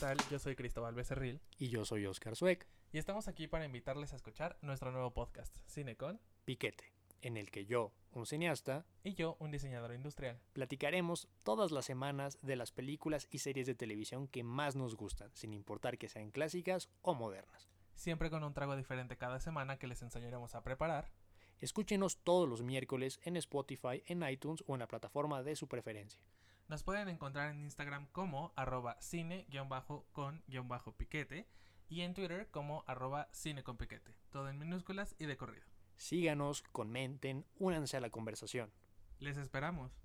tal? Yo soy Cristóbal Becerril Y yo soy Oscar Sueck, y estamos aquí para invitarles a escuchar nuestro nuevo podcast, Cinecon, Piquete, en el que yo, un cineasta, y yo, un diseñador industrial. platicaremos todas las semanas de las películas y series de televisión que más nos gustan, sin importar que sean clásicas o modernas. Siempre con un trago diferente cada semana que les enseñaremos a preparar. Escúchenos todos los miércoles en Spotify, en iTunes o en la plataforma de su preferencia. Nos pueden encontrar en Instagram como arroba cine-con-piquete y en Twitter como arroba cineconpiquete, todo en minúsculas y de corrido. Síganos, comenten, únanse a la conversación. Les esperamos.